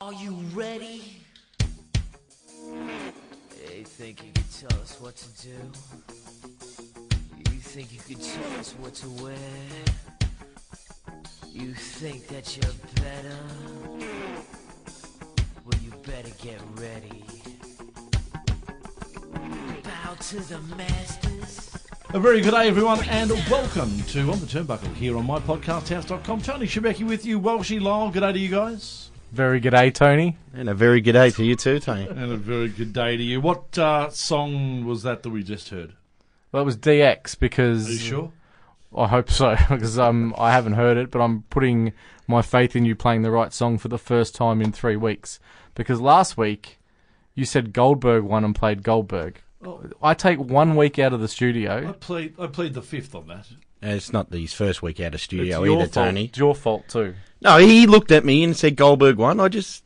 Are you ready? Hey, think you can tell us what to do? You think you can tell us what to wear? You think that you're better? Well, you better get ready. Bow to the masters. A very good day, everyone, and welcome to On the Turnbuckle here on mypodcasthouse.com. Tony Shebeki with you, Walshy Lyle. Good day to you guys. Very good day, Tony. And a very good day to you too, Tony. And a very good day to you. What uh, song was that that we just heard? Well, it was DX Are you because sure? I hope so because um, I haven't heard it, but I'm putting my faith in you playing the right song for the first time in three weeks because last week you said Goldberg won and played Goldberg. Oh. I take one week out of the I studio. played, I played the fifth on that. And It's not his first week out of It's studio your either, fault. Tony. It's your fault too. No, he looked at me and said Goldberg won. I just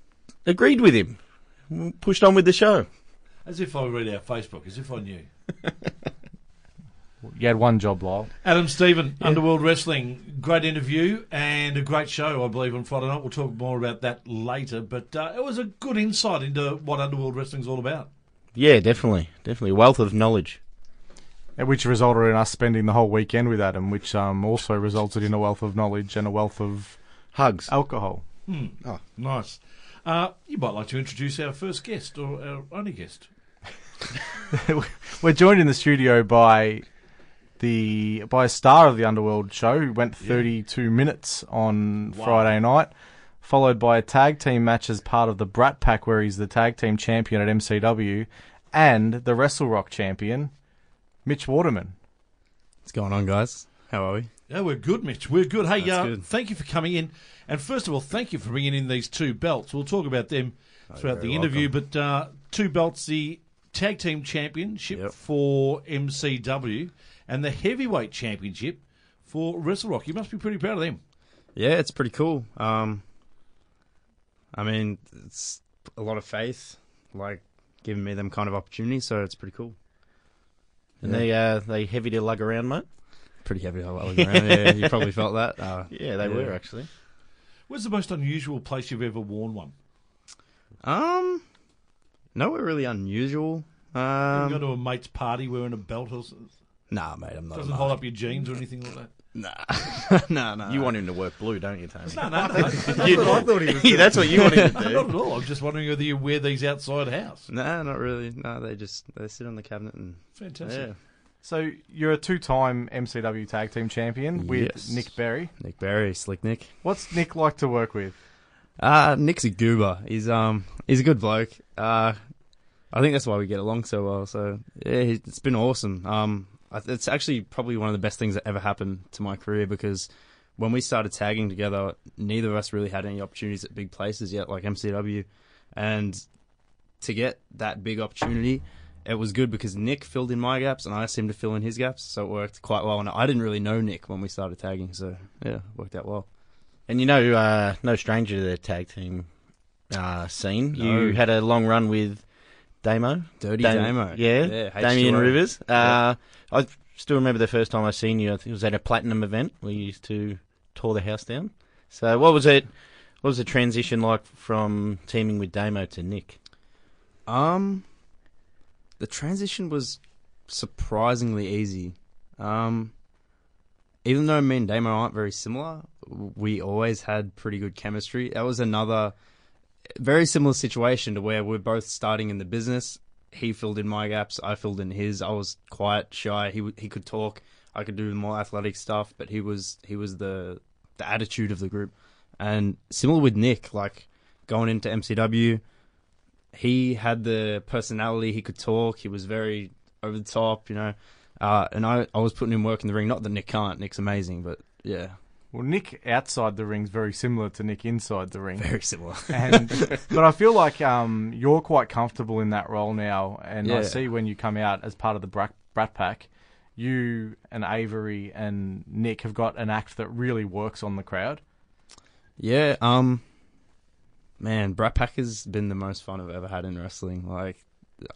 agreed with him. Pushed on with the show. As if I read our Facebook, as if I knew. You had one job, Lyle. Adam Stephen, Underworld Wrestling, great interview and a great show, I believe, on Friday night. We'll talk more about that later, but uh, it was a good insight into what Underworld Wrestling's all about. Yeah, definitely. Definitely. Wealth of knowledge. Which resulted in us spending the whole weekend with Adam, which um, also resulted in a wealth of knowledge and a wealth of Uh, Hugs. alcohol. Nice. Uh, you might like to introduce our first guest or our only guest. We're joined in the studio by the by a star of the Underworld show who went 32 minutes on Wow. Friday night, followed by a tag team match as part of the Brat Pack where he's the tag team champion at MCW and the Wrestle Rock champion, Mitch Waterman. What's going on, guys? How are we? Yeah, we're good, Mitch. We're good. Hey, That's uh, good. thank you for coming in. And first of all, thank you for bringing in these two belts. We'll talk about them throughout the very interview. But uh, two belts the Tag Team Championship Yep. for MCW and the Heavyweight Championship for Wrestle Rock. You must be pretty proud of them. Yeah, it's pretty cool. Um, I mean, it's a lot of faith, like giving me them kind of opportunities, so it's pretty cool. And they uh they heavy to lug around, mate? Pretty heavy I was around. yeah, you probably felt that. Uh, Yeah, they were actually. Where's the most unusual place you've ever worn one? Um, nowhere really unusual. you go Um, to a mate's party wearing a belt or something? nah, mate, I'm not. a Doesn't hold up your jeans or anything like that? Nah, nah, nah. You want him to work blue, don't you, Tony? No, no, no. That's what You- I- That's what you want him to Not do. at all. I'm just wondering whether you wear these outside house. Nah, not really. No, they just they sit on the cabinet and Fantastic. yeah. So you're a two-time MCW tag team champion with Yes. Nick Berry. Nick Barry, slick Nick. What's Nick like to work with? Uh, Nick's a goober. He's um he's a good bloke. Uh, I think that's why we get along so well. So yeah, he- it's been awesome. Um, I- it's actually probably one of the best things that ever happened to my career because when we started tagging together, neither of us really had any opportunities at big places yet, like MCW, and to get that big opportunity. It was good because Nick filled in my gaps and I asked him to fill in his gaps, so it worked quite well. And I didn't really know Nick when we started tagging, so yeah, it worked out well. And you know, uh, no stranger to the tag team uh, scene. You No. had a long run with Damo. Dirty Dam- Damo, Yeah, yeah Damien H2O. Rivers. Uh, I still remember the first time I seen you. I think it was at a platinum event. We used to tore the house down. So what was it? What was the transition like from teaming with Damo to Nick? Um, the transition was surprisingly easy. Um, even though me and Damo aren't very similar, we always had pretty good chemistry. That was another very similar situation to where we're both starting in the business. He filled in my gaps, I filled in his. I was quiet, shy. He w- he could talk. I could do more athletic stuff, but he was he was the the attitude of the group. And similar with Nick, like going into MCW, he had the personality. He could talk. He was very over the top, you know. Uh, and I, I was putting in work in the ring. Not that Nick can't. Nick's amazing, but yeah, Well, Nick outside the ring's very similar to Nick inside the ring. very similar. and but I feel like um, you're quite comfortable in that role now, and I Yeah. see when you come out as part of the Brat, Brat Pack, you and Avery and Nick have got an act that really works on the crowd. Yeah, um, man, Brat Pack has been the most fun I've ever had in wrestling. Like,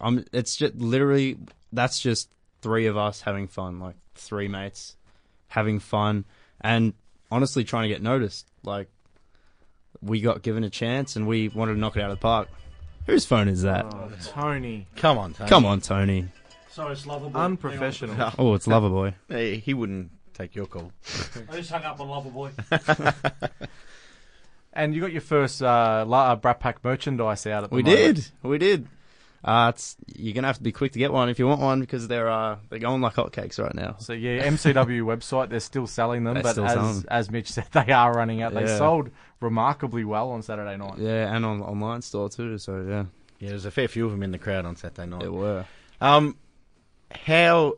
I'm, it's just literally that's just three of us having fun, like three mates having fun, and honestly trying to get noticed. Like, we got given a chance and we wanted to knock it out of the park. Whose phone is that? Oh, Tony. Come on, Tony. Come on, Tony. Sorry, it's lovable. Unprofessional. Hang on. Oh, it's Loverboy. Hey, he wouldn't take your call. I just hung up on Loverboy. And you got your first uh, La- uh, Brat Pack merchandise out at the We moment. did. We did. Uh, it's, you're gonna have to be quick to get one if you want one because they're uh, they're going like hotcakes right now. So yeah, MCW website they're still selling them, They're but still as selling them. as Mitch said, they are running out. They Yeah. sold remarkably well on Saturday night. Yeah, and on online store too. So yeah, Yeah, there's a fair few of them in the crowd on Saturday night. they were. Um, how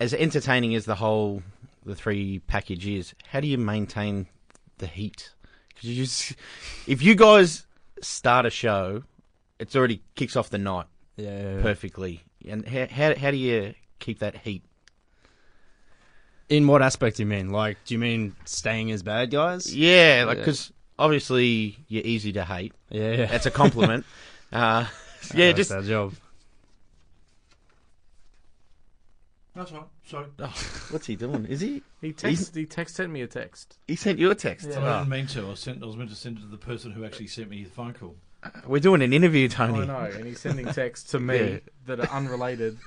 as entertaining as the whole the three package is, how do you maintain the heat? 'Cause you just, if you guys start a show, it's already kicks off the night Yeah. perfectly. And how how, how do you keep that heat? In what aspect do you mean? Like, do you mean staying as bad guys? Yeah, like Yeah. because obviously you're easy to hate. Yeah, yeah. That's a compliment. uh, yeah, That's just our job. That's all right. Sorry. what's he doing? Is he? He text he text sent me a text. He sent you a text. I Oh. didn't mean to. I, sent, I was meant to send it to the person who actually sent me the phone call. We're doing an interview, Oh, I Tony. know, and he's sending texts to me Yeah. that are unrelated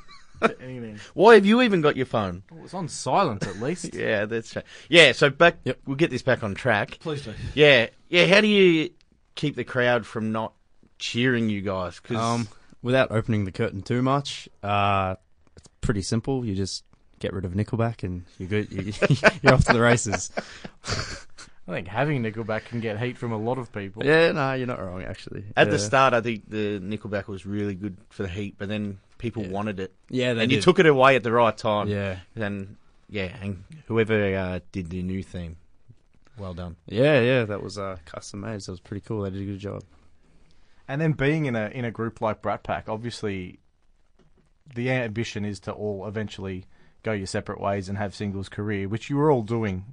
to anything. Why have you even got your phone? Oh, it's on silent at least. Yeah, that's right. Yeah, so back we'll get this back on track. Please do. Yeah, yeah. How do you keep the crowd from not cheering you guys? 'Cause- Um, without opening the curtain too much, uh, it's pretty simple. You just get rid of Nickelback and you're good. You, you're off to the races. I think having Nickelback can get heat from a lot of people. Yeah, no, you're not wrong actually. at yeah. the start, I think the Nickelback was really good for the heat, but then people Yeah. wanted it, yeah, they and you did. took it away at the right time. Yeah, Then yeah, and whoever uh, did the new theme, well done. yeah, yeah. That was uh, custom made. So it was pretty cool. They did a good job. And then being in a in a group like Brat Pack, obviously, the ambition is to all eventually go your separate ways and have singles career, which you were all doing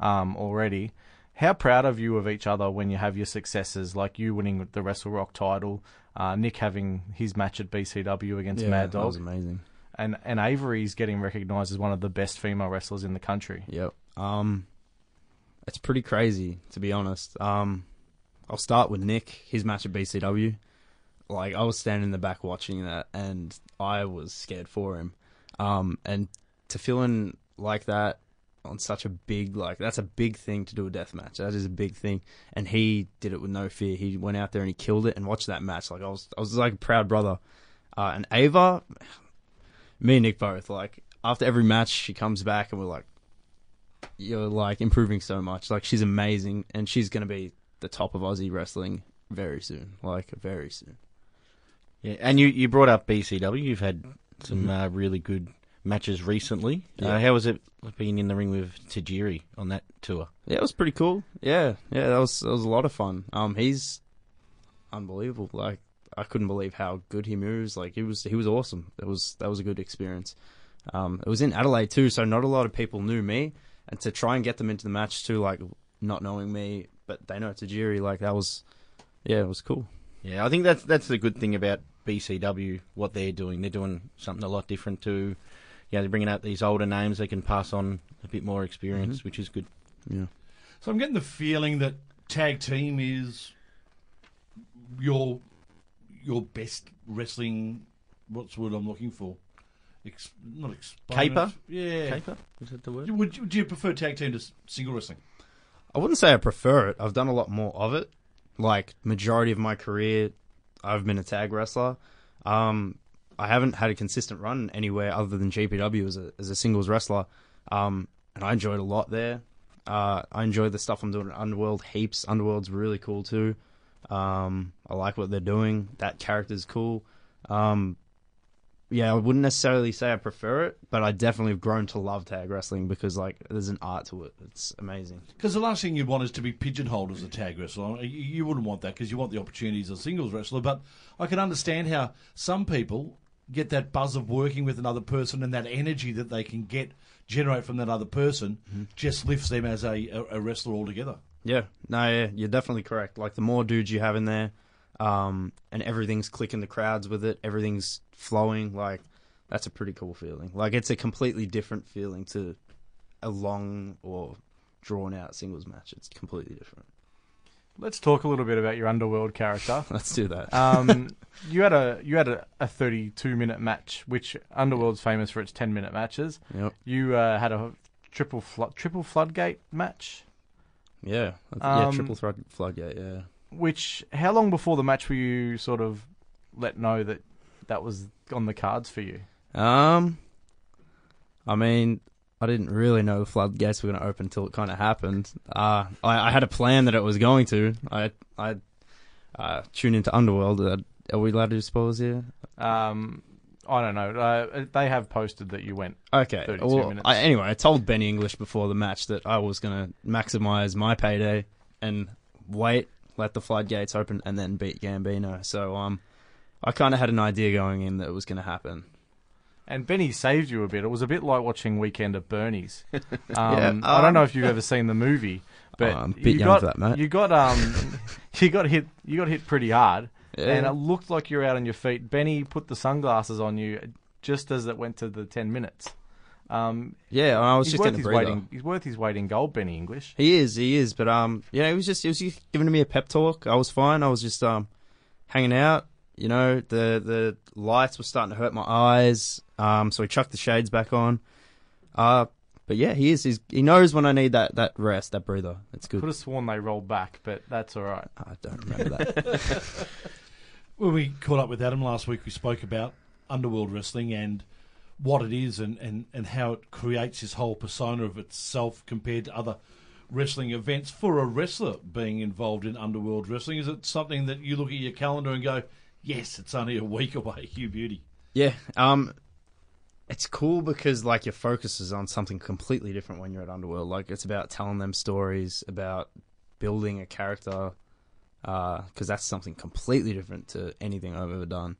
um, already. How proud of you of each other when you have your successes, like you winning the Wrestle Rock title, uh, Nick having his match at BCW against Mad that was Dog, amazing. and and Avery's getting recognised as one of the best female wrestlers in the country. Yep. Um, it's pretty crazy to be honest. Um, I'll start with Nick. His match at BCW. Like I was standing in the back watching that, and I was scared for him. Um, and to fill in like that on such a big like that's a big thing to do a death match. That is a big thing, and he did it with no fear. He went out there and he killed it. And watched that match. Like I was, I was like a proud brother. Uh, and Ava, me and Nick both like after every match she comes back and we're like you're like improving so much. Like she's amazing, and she's gonna be the top of Aussie wrestling very soon. Like very soon. Yeah, and you you brought up BCW. You've had some uh, really good matches recently. Mm-hmm. Yeah. Uh, how was it being in the ring with Tajiri on that tour? Yeah, it was pretty cool. Yeah, yeah, that was that was a lot of fun. Um, he's unbelievable. Like I couldn't believe how good he moves. Like he was he was awesome. It was that was a good experience. Um, it was in Adelaide too, so not a lot of people knew me, and to try and get them into the match too, like not knowing me, but they know it's a jury. Like that was, yeah, it was cool. Yeah, I think that's that's the good thing about BCW. What they're doing, they're doing something a lot different to. Yeah, they're bringing out these older names. They can pass on a bit more experience, which is good. Yeah. So I'm getting the feeling that tag team is your your best wrestling. What's the word I'm looking for? Ex, not exponent. Caper? Yeah. Caper, is that the word? Would you, do you prefer tag team to s- single wrestling? I wouldn't say I prefer it. I've done a lot more of it. Like majority of my career, I've been a tag wrestler. Um, I haven't had a consistent run anywhere other than GPW as a as a singles wrestler. Um, and I enjoyed a lot there. Uh, I enjoy the stuff I'm doing at Underworld heaps. Underworld's really cool too. Um, I like what they're doing. That character's cool. Um, yeah, I wouldn't necessarily say I prefer it, but I definitely have grown to love tag wrestling because like there's an art to it. It's amazing. Because the last thing you want is to be pigeonholed as a tag wrestler. You- You wouldn't want that because you want the opportunity as a singles wrestler. But I can understand how some people get that buzz of working with another person and that energy that they can get generate from that other person just lifts them as a, a, a wrestler altogether. Yeah, no, yeah, you're definitely correct. Like the more dudes you have in there, um, and everything's clicking the crowds with it, everything's flowing. Like that's a pretty cool feeling. Like it's a completely different feeling to a long or drawn out singles match. It's completely different. Let's talk a little bit about your underworld character. Let's do that. Um, you had a you had a, a 32 minute match, which Underworld's famous for its 10 minute matches. Yep. You uh, had a triple flo- triple floodgate match. Yeah. That's- yeah. Um, Triple threat floodgate. Yeah. Which how long before the match were you sort of let know that that was on the cards for you? Um, I mean, I didn't really know the floodgates were going to open until it kind of happened. Uh, I, I had a plan that it was going to. I I uh, tuned into Underworld. Uh, are we allowed to do spoilers here? Um, I don't know. Uh, they have posted that you went. Okay. 32 Well, minutes. I, anyway, I told Benny English before the match that I was going to maximize my payday and wait, let the floodgates open, and then beat Gambino. So um, I kind of had an idea going in that it was going to happen. And Benny saved you a bit. It was a bit like watching Weekend at Bernie's. Um, Yeah, I don't um, know if you've ever seen the movie, but I'm a bit you young got for that, mate. you got um you got hit you got hit pretty hard, and it looked like you were out on your feet. Benny put the sunglasses on you just as it went to the ten minutes. Um, yeah, I was he's just worth getting a his breather. waiting. He's worth his weight in gold, Benny English. He is, he is. But um, yeah, it was just it was just giving me a pep talk. I was fine. I was just um, hanging out. You know, the the lights were starting to hurt my eyes. Um, so he chucked the shades back on. Uh, but yeah, he is. He's, he knows when I need that that rest, that breather. That's Could good. have sworn they rolled back, but that's all right. I don't remember that. When we caught up with Adam last week, we spoke about underworld wrestling and what it is and, and, and how it creates this whole persona of itself compared to other wrestling events. For a wrestler being involved in underworld wrestling, is it something that you look at your calendar and go, yes, it's only a week away, you beauty? yeah. Um, it's cool because like your focus is on something completely different when you're at Underworld. Like it's about telling them stories, about building a character, because that's something completely different to anything I've ever done.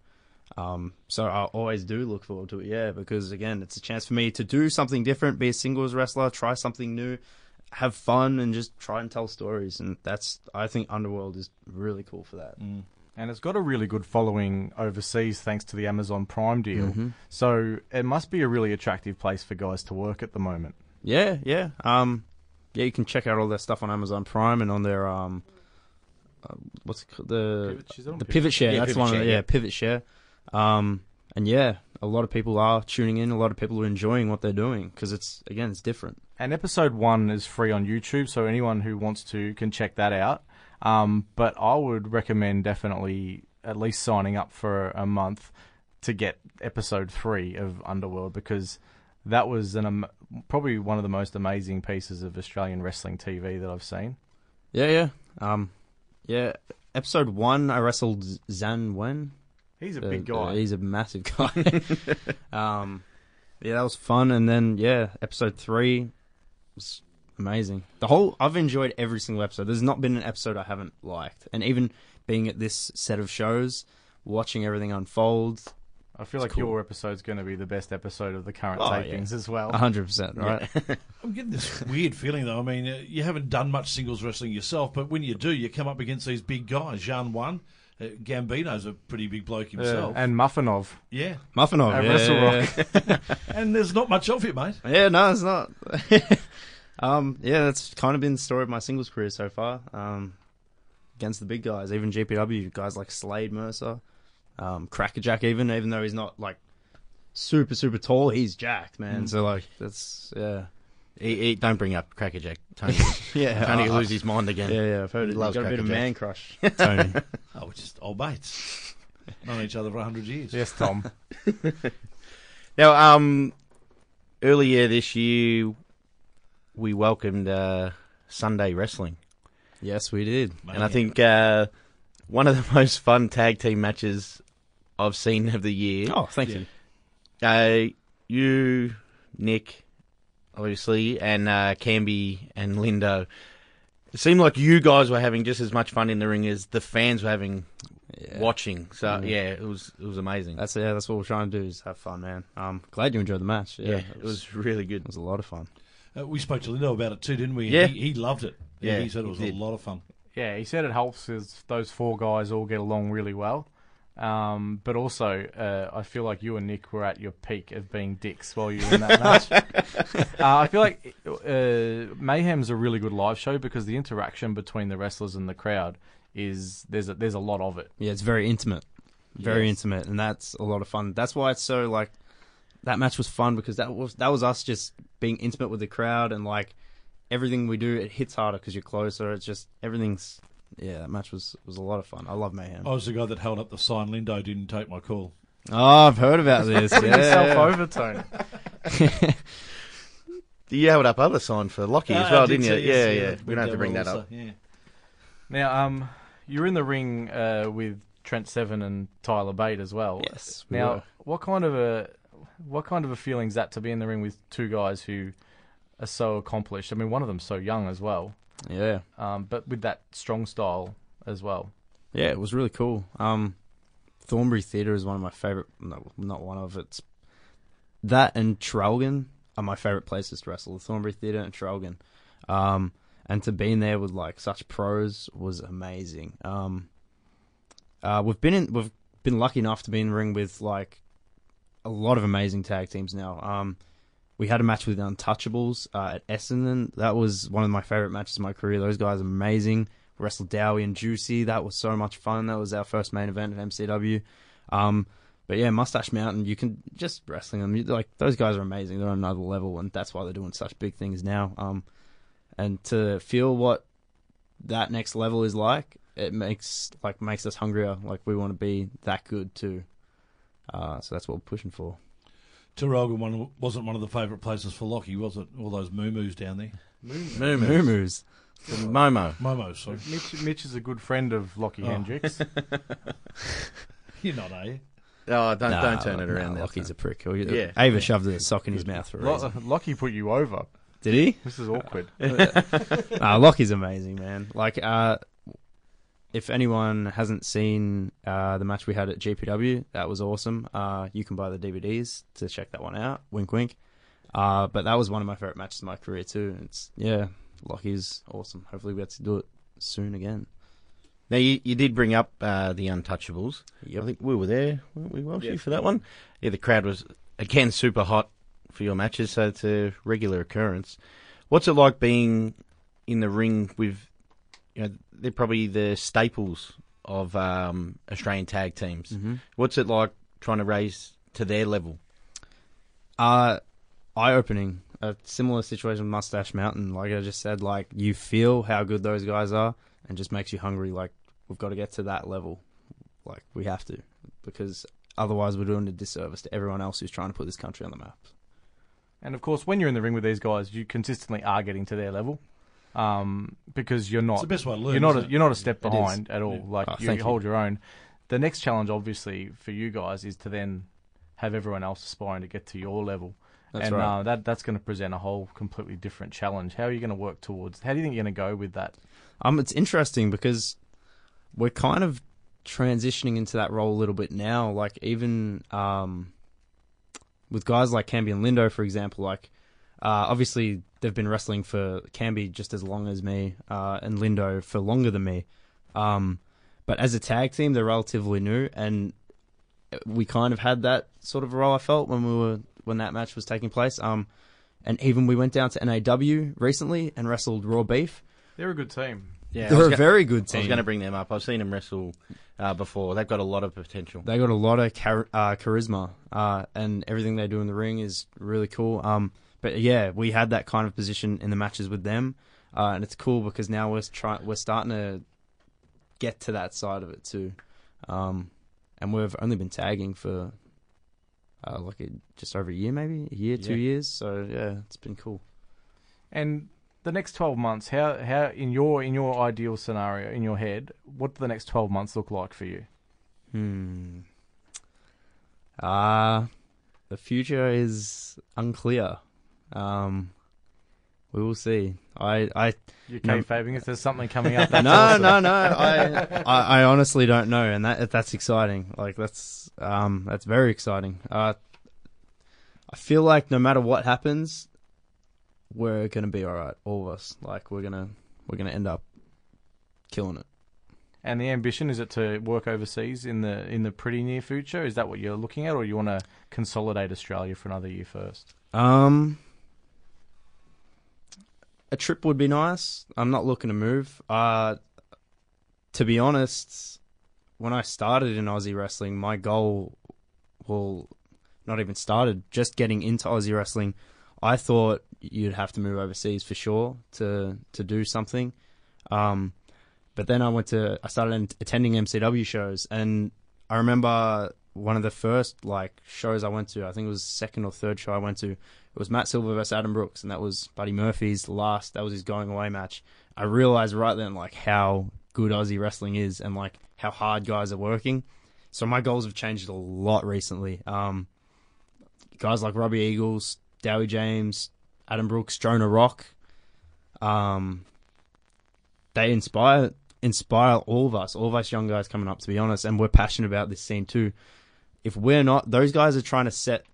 Um, so I always do look forward to it, yeah, because again, it's a chance for me to do something different, be a singles wrestler, try something new, have fun, and just try and tell stories. And that's I think Underworld is really cool for that. And it's got a really good following overseas thanks to the Amazon Prime deal. Mm-hmm. So it must be a really attractive place for guys to work at the moment. Yeah, yeah. Um, yeah, you can check out all their stuff on Amazon Prime and on their um, uh, what's it called the the pivot share. Yeah, that's Pivot one. of Share, the, yeah, yeah. pivot share. Um, and yeah, a lot of people are tuning in. A lot of people are enjoying what they're doing because it's again, it's different. And episode one is free on YouTube, so anyone who wants to can check that out. Um, but I would recommend definitely at least signing up for a month to get episode three of Underworld because that was an am- probably one of the most amazing pieces of Australian wrestling TV that I've seen. Yeah, yeah. Um, yeah. Episode one, I wrestled Zan Wen. He's a Uh, big guy. uh, he's a massive guy. um, yeah, that was fun. And then yeah, episode three was amazing. The whole I've enjoyed every single episode. There's not been an episode I haven't liked. And even being at this set of shows, watching everything unfold, I feel It's like cool. your episode's going to be the best episode of the current Oh, tapings as well. 100 percent right. I'm getting this weird feeling, though. I mean, uh, you haven't done much singles wrestling yourself, but when you do, you come up against these big guys. Jean One, uh, Gambino's a pretty big bloke Yeah, himself. Yeah. and Muffinov. Muffin off. At yeah, Wrestle yeah, Rock. And there's not much of it, mate. Yeah, no, it's not. um, yeah, that's kind of been the story of my singles career so far. Um, against the big guys, even GPW guys like Slade Mercer, um, Crackerjack, even even though he's not like super super tall, he's jacked, man. So like that's yeah, He, he, E, don't bring up Crackerjack. Tony, yeah. Tony I- lose his mind I- again. yeah, yeah, I've heard He it. loves Got a bit of Crackerjack. man crush. Tony. Oh, we're just old mates. Known each other for 100 years. Yes, Tom. Now, um, earlier this year, we welcomed uh, Sunday Wrestling, yes, we did. Mate. and I think uh, one of the most fun tag team matches I've seen of the year. Oh, thank Yeah. you. Uh, you, Nick, obviously, and uh, Camby and Lindo. It seemed like you guys were having just as much fun in the ring as the fans were having Yeah. watching. So Mm. yeah, it was it was amazing. That's yeah. That's what we're trying to do is have fun, man. Um, glad you enjoyed the match. yeah, Yeah, it was really good. it was a lot of fun. Uh, we spoke to Lindo about it too, didn't we? Yeah. He, he loved it. Yeah, He said it he was did. a lot of fun. yeah, he said it helps is those four guys all get along really well. Um, but also, uh, I feel like you and Nick were at your peak of being dicks while you were in that match. uh, I feel like uh, Mayhem's a really good live show because the interaction between the wrestlers and the crowd is there's a, there's a lot of it. Yeah, it's very intimate, very intimate, and that's a lot of fun. That's why it's so like that match was fun because that was that was us just being intimate with the crowd and like everything we do, it hits harder because you're closer. It's just everything's yeah. That match was was a lot of fun. I love mayhem. I Oh, was the guy that held up the sign. Lindo didn't take my call. Oh, I've heard about this. Yourself yeah. over, Tony. You held up other sign for Lockie as Ah, well, I didn't you? say, yeah, yes, yeah. We don't have to bring that also, up. Yeah. Now, um, you're in the ring uh, with Trent Seven and Tyler Bate as well. Yes. we Now, were. what kind of a what kind of a feeling's that to be in the ring with two guys who are so accomplished? I mean, one of them's so young as well, yeah. um, but with that strong style as well. Yeah, it was really cool. Um, Thornbury Theatre is one of my favorite. No, not one of it's that and Trelgan are my favorite places to wrestle. The Thornbury Theatre and Trelgan. Um, and to be in there with like such pros was amazing. Um, uh, we've been in, we've been lucky enough to be in the ring with like a lot of amazing tag teams now. Um, we had a match with the Untouchables uh, at Essendon. That was one of my favorite matches of my career. Those guys are amazing. Wrestled Dowie and Juicy. That was so much fun. That was our first main event at MCW. Um, but yeah, Mustache Mountain. You can just wrestling them. You, like those guys are amazing. They're on another level, and that's why they're doing such big things now. Um, and to feel what that next level is like, it makes like makes us hungrier. Like we want to be that good too. Uh, so that's what we're pushing for. Tarogan one, wasn't one of the favourite places for Lockie, was it? All those moo-moos down there. Moo moo. Moo-moos. Momo. Momos, sorry. Mitch, Mitch is a good friend of Lockie Oh. Hendricks. You're not, are you? Oh, don't, Nah, don't turn it nah, around. now, Lockie's son. a prick. He- Yeah. Ava shoved a sock in his mouth for a Lo- reason. Lockie put you over. Did he? This is awkward. Oh, uh, Lockie's amazing, man. Like, uh, if anyone hasn't seen uh, the match we had at GPW, that was awesome. Uh, you can buy the DVDs to check that one out. Wink, wink. Uh, but that was one of my favorite matches of my career too. It's yeah, Lockie's awesome. Hopefully, we get to do it soon again. Now, you, you did bring up uh, the Untouchables. I Yep. think we were there, weren't we, Welshie, Yeah. for that one? Yeah, the crowd was, again, super hot for your matches, so it's a regular occurrence. What's it like being in the ring with, you know, they're probably the staples of um, Australian tag teams. Mhm. What's it like trying to raise to their level? uh eye opening. A similar situation with Mustache Mountain, like I just said, like you feel how good those guys are and just makes you hungry, like we've got to get to that level. Like we have to. Because otherwise we're doing a disservice to everyone else who's trying to put this country on the map. and of course, when you're in the ring with these guys, you consistently are getting to their level, um, because you're It's not the best way to learn. you're not isn't a, it? you're not a step It is. behind at all. Like Oh, you, thank you you. hold your own. The next challenge, obviously, for you guys is to then have everyone else aspiring to get to your level, That's and right. uh, that that's going to present a whole completely different challenge. How are you going to work towards? How do you think you're going to go with that? Um it's interesting because we're kind of transitioning into that role a little bit now. Like even um with guys like Camby and Lindo, for example, like uh, obviously they've been wrestling for Camby just as long as me uh, and Lindo for longer than me. Um, but as a tag team, they're relatively new, and we kind of had that sort of role. I felt when we were when that match was taking place. Um, and even we went down to NAW recently and wrestled Raw Beef. They're a good team. Yeah, I they're was, a go- very good I team. was going to bring them up. I've seen them wrestle uh, before. They've got a lot of potential. They got a lot of char- uh, charisma, uh, and everything they do in the ring is really cool. Um, but yeah, we had that kind of position in the matches with them, uh, and it's cool because now we're try- we're starting to get to that side of it too. Um, and we've only been tagging for uh, like a, just over a year, maybe a year, two Yeah. years. So yeah, it's been cool. And the next twelve months, how how in your in your ideal scenario in your head, what do the next twelve months look like for you? Hmm. Uh, the future is unclear. Um, we will see. I, I, You're No. kayfabing. If there's something coming up, no, that's awesome. no, no. I, I, I honestly don't know, and that that's exciting. Like that's, um, that's very exciting. Uh, I feel like no matter what happens, we're gonna be all right. All of us. Like we're gonna, we're gonna end up killing it. And the ambition is it to work overseas in the in the pretty near future? Is that what you're looking at, or you want to consolidate Australia for another year first? Um, a trip would be nice. I'm not looking to move. Uh, to be honest, when I started in Aussie wrestling, my goal, well, not even started, just getting into Aussie wrestling, I thought you'd have to move overseas for sure to to do something. Um, but then I went to I started in- attending MCW shows, and I remember one of the first like shows I went to. I think it was second or third show I went to. It was Matt Silver versus Adam Brooks, and that was Buddy Murphy's last. That was his going away match. I realized right then like how good Aussie wrestling is, and like how hard guys are working. So my goals have changed a lot recently. Um, guys like Robbie Eagles, Dowie James, Adam Brooks, Jonah Rock, um, they inspire inspire all of us, all of us young guys coming up. To be honest, and we're passionate about this scene too. If we're not, those guys are trying to set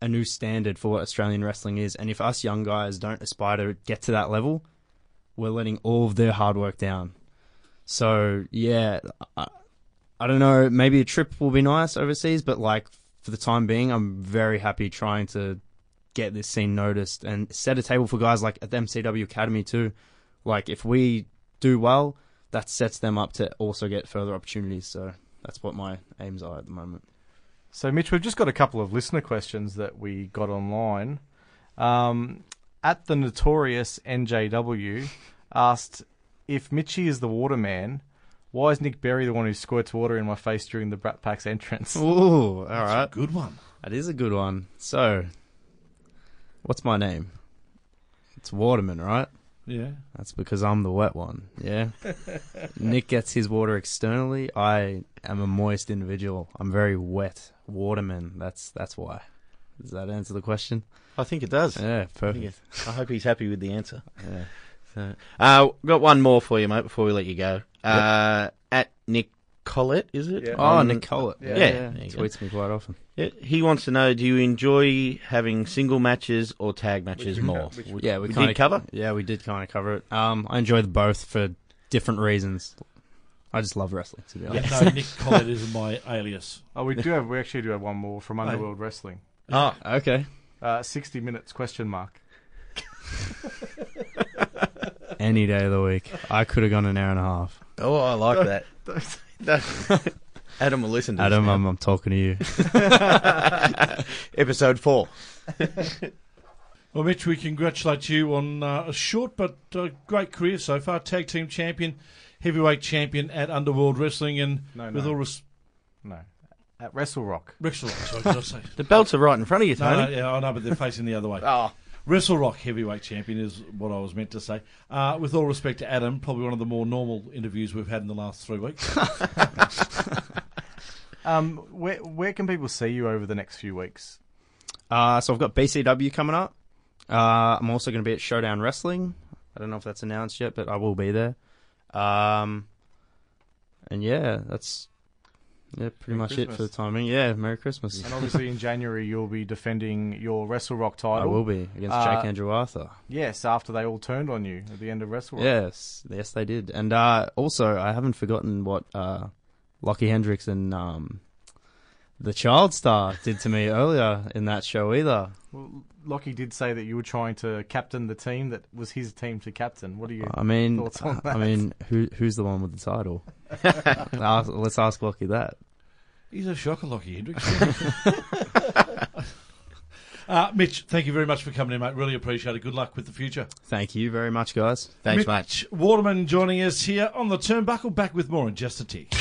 a new standard for what Australian wrestling is. And if us young guys don't aspire to get to that level, we're letting all of their hard work down. So yeah, I, I don't know. Maybe a trip will be nice overseas, but like for the time being, I'm very happy trying to get this scene noticed and set a table for guys like at the MCW Academy too. Like if we do well, that sets them up to also get further opportunities. So that's what my aims are at the moment. So, Mitch, we've just got a couple of listener questions that we got online. Um, at the notorious NJW asked if Mitchie is the waterman, why is Nick Berry the one who squirts water in my face during the Brat Pack's entrance? Ooh, all That's right, a good one. that is a good one. So, what's my name? It's Waterman, right? Yeah. That's because I'm the wet one. Yeah. Nick gets his water externally. I am a moist individual. I'm very wet. Waterman. That's that's why. Does that answer the question? I think it does. Yeah, I, think perfect. it- I hope he's happy with the answer. Yeah. So, uh, got one more for you, mate, before we let you go. Uh, At Nick Collett, is it? Yeah. Oh, On- Nick Collett. Yeah. Um, Yeah. There you go. Tweets me quite often. Yeah, He wants to know: Do you enjoy having single matches or tag matches more? yeah, we, we kind did of cover. Yeah, we did kind of cover it. Um, I enjoy the both for different reasons. I just love wrestling, to be honest. No, Nick Collett is my alias. Oh, we do have. We actually do have one more from Underworld Wrestling. Oh, Okay. Uh, Sixty minutes? Question mark. Any day of the week. I could have gone an hour and a half. oh, I like that. Don't- Adam will listen to Adam, this. I'm, I'm talking to you. Adam, episode four. Well, Mitch, we congratulate you on uh, a short but uh, great career so far. Tag team champion, heavyweight champion at Underworld Wrestling, and No, with no. all res- No, at Wrestle Rock. Wrestle Rock. Sorry, did I say? The belts are right in front of you, No, Tony. no, yeah, I know, but they're facing the other way. Oh, Wrestle Rock heavyweight champion is what I was meant to say. Uh, with all respect to Adam, probably one of the more normal interviews we've had in the last three weeks. Um, where where can people see you over the next few weeks? Uh, so I've got BCW coming up. Uh, I'm also going to be at Showdown Wrestling. I don't know if that's announced yet, but I will be there. Um, and yeah, that's yeah Merry pretty much it for Christmas. the timing. Yeah, Merry Christmas. And obviously in January you'll be defending your Wrestle Rock title. I will be against Uh, Jake Andrew Arthur. Yes, after they all turned on you at the end of Wrestle Rock. Yes, yes they did. And uh, also, I haven't forgotten what uh, Lockie Hendricks and um, the Child Star did to me earlier in that show either. Well, Lockie did say that you were trying to captain the team that was his team to captain. What are you? I mean, thoughts on I that? mean, who who's the one with the title? Ask- Let's ask Lockie that. He's a shocker, Lockie Hendricks. uh, Mitch, thank you very much for coming in, mate. Really appreciate it. Good luck with the future. Thank you very much, guys. thanks, mate. Mitch Waterman joining us here on the turnbuckle. Back with more in just a tick.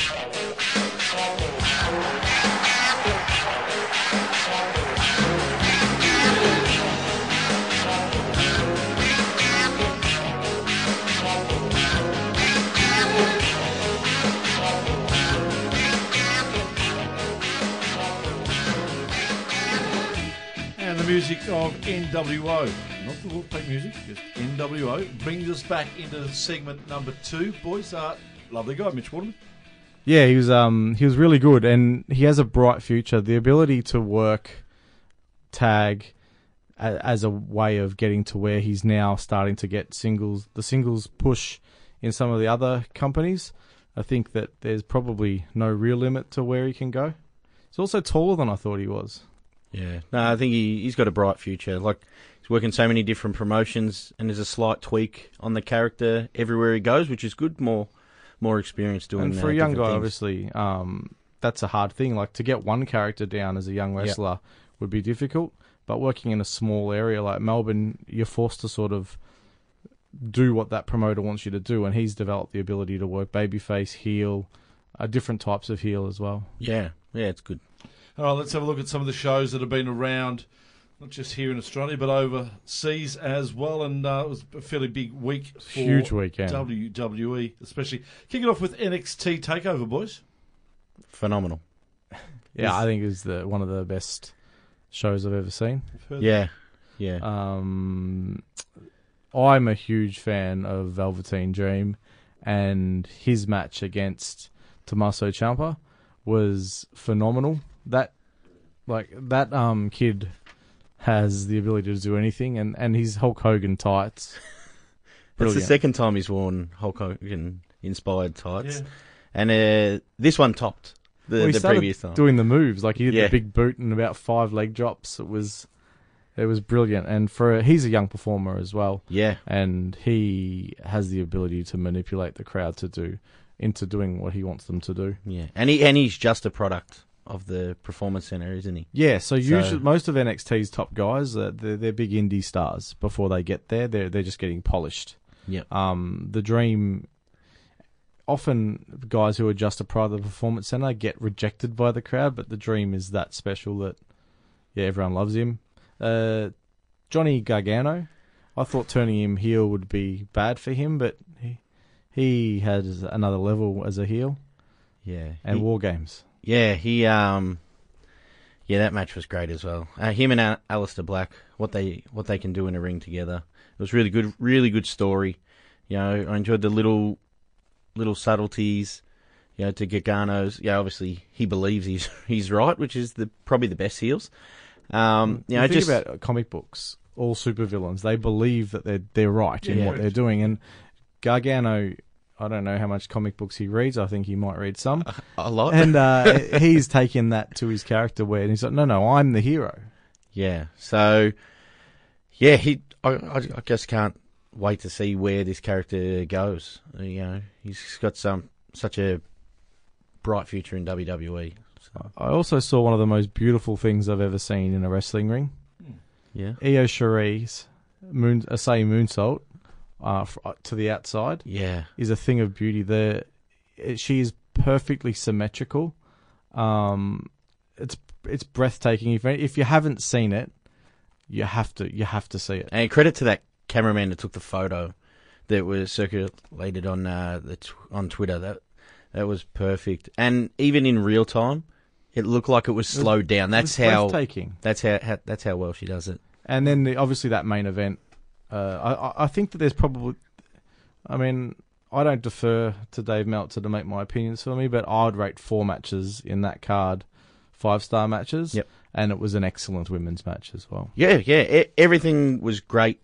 And the music of NWO, not the Wolfpack music, just NWO, brings us back into segment number two. Boys, uh, lovely guy, Mitch Waterman. Yeah, he was um he was really good, and he has a bright future. The ability to work tag a, as a way of getting to where he's now starting to get singles, the singles push in some of the other companies. I think that there's probably no real limit to where he can go. He's also taller than I thought he was. Yeah. No, I think he, he's got a bright future. Like, he's working so many different promotions, and there's a slight tweak on the character everywhere he goes, which is good. More more experience doing and for uh, a young guy, different obviously, things. um, that's a hard thing. Like to get one character down as a young Yeah. wrestler would be difficult. But working in a small area like Melbourne, you're forced to sort of do what that promoter wants you to do, and he's developed the ability to work babyface, heel, uh, different types of heel as well. Yeah. Yeah, it's good. All right, let's have a look at some of the shows that have been around, not just here in Australia, but overseas as well. And uh, it was a fairly big week for Huge weekend. WWE, especially. Kick it off with NXT TakeOver, boys. Phenomenal. Yeah, I think is the one of the best shows I've ever seen. We've heard Yeah. Yeah. Um, I'm a huge fan of Velveteen Dream, and his match against Tommaso Ciampa was phenomenal. That, like that, um, kid has the ability to do anything, and and his Hulk Hogan tights. It's the Brilliant. second time he's worn Hulk Hogan inspired tights, Yeah. and uh, this one topped the, Well, he the started previous time. doing the moves. Like he did Yeah. the big boot and about five leg drops. It was, it was brilliant. And for a, he's a young performer as well. yeah, and he has the ability to manipulate the crowd to do into doing what he wants them to do. yeah, and he and he's just a product of the performance center, isn't he? Yeah, so, So- usually most of NXT's top guys, uh, they're, they're big indie stars. Before they get there, they're they're just getting polished. Yep. Um, the dream. Often, guys who are just a part of the performance center get rejected by the crowd, but the dream is that special that, yeah, everyone loves him. Uh, Johnny Gargano, I thought turning him heel would be bad for him, but he he has another level as a heel Yeah, and He- war games. yeah, he um, yeah, that match was great as well. Uh, him and Al- Alistair Black, what they what they can do in a ring together, it was really good, really good story. You know, I enjoyed the little little subtleties. You know, to Gargano's, yeah, obviously he believes he's he's right, which is the probably the best heels. Um, you know, think just about uh, comic books. All supervillains, they believe that they're they're right in Yeah. what they're doing. And Gargano, I don't know how much comic books he reads. I think he might read some. a lot. And uh, he's taken that to his character where he's like, no, no, I'm the hero. Yeah. So, yeah, he. I, I, I just can't wait to see where this character goes. You know, he's got some such a bright future in E. WWE. So, I also saw one of the most beautiful things I've ever seen in a wrestling ring. yeah. Io Shirai's moon, uh, say moonsault uh, f- uh, to the outside Yeah. is a thing of beauty. The it, she is perfectly symmetrical. Um, it's it's breathtaking. If if you haven't seen it, you have to you have to see it. And credit to that cameraman that took the photo that was circulated on uh, the tw- on Twitter. That that was perfect. And even in real time, it looked like it was It was- slowed down. It's That's how. breathtaking. That's how, how. That's how well she does it. And then the, obviously that main event. Uh, I I- I think that there's probably, I mean. I don't defer to Dave Meltzer to make my opinions for me, but I'd rate four matches in that card, five star matches. Yep. And it was an excellent women's match as well. Yeah, yeah. E everything was great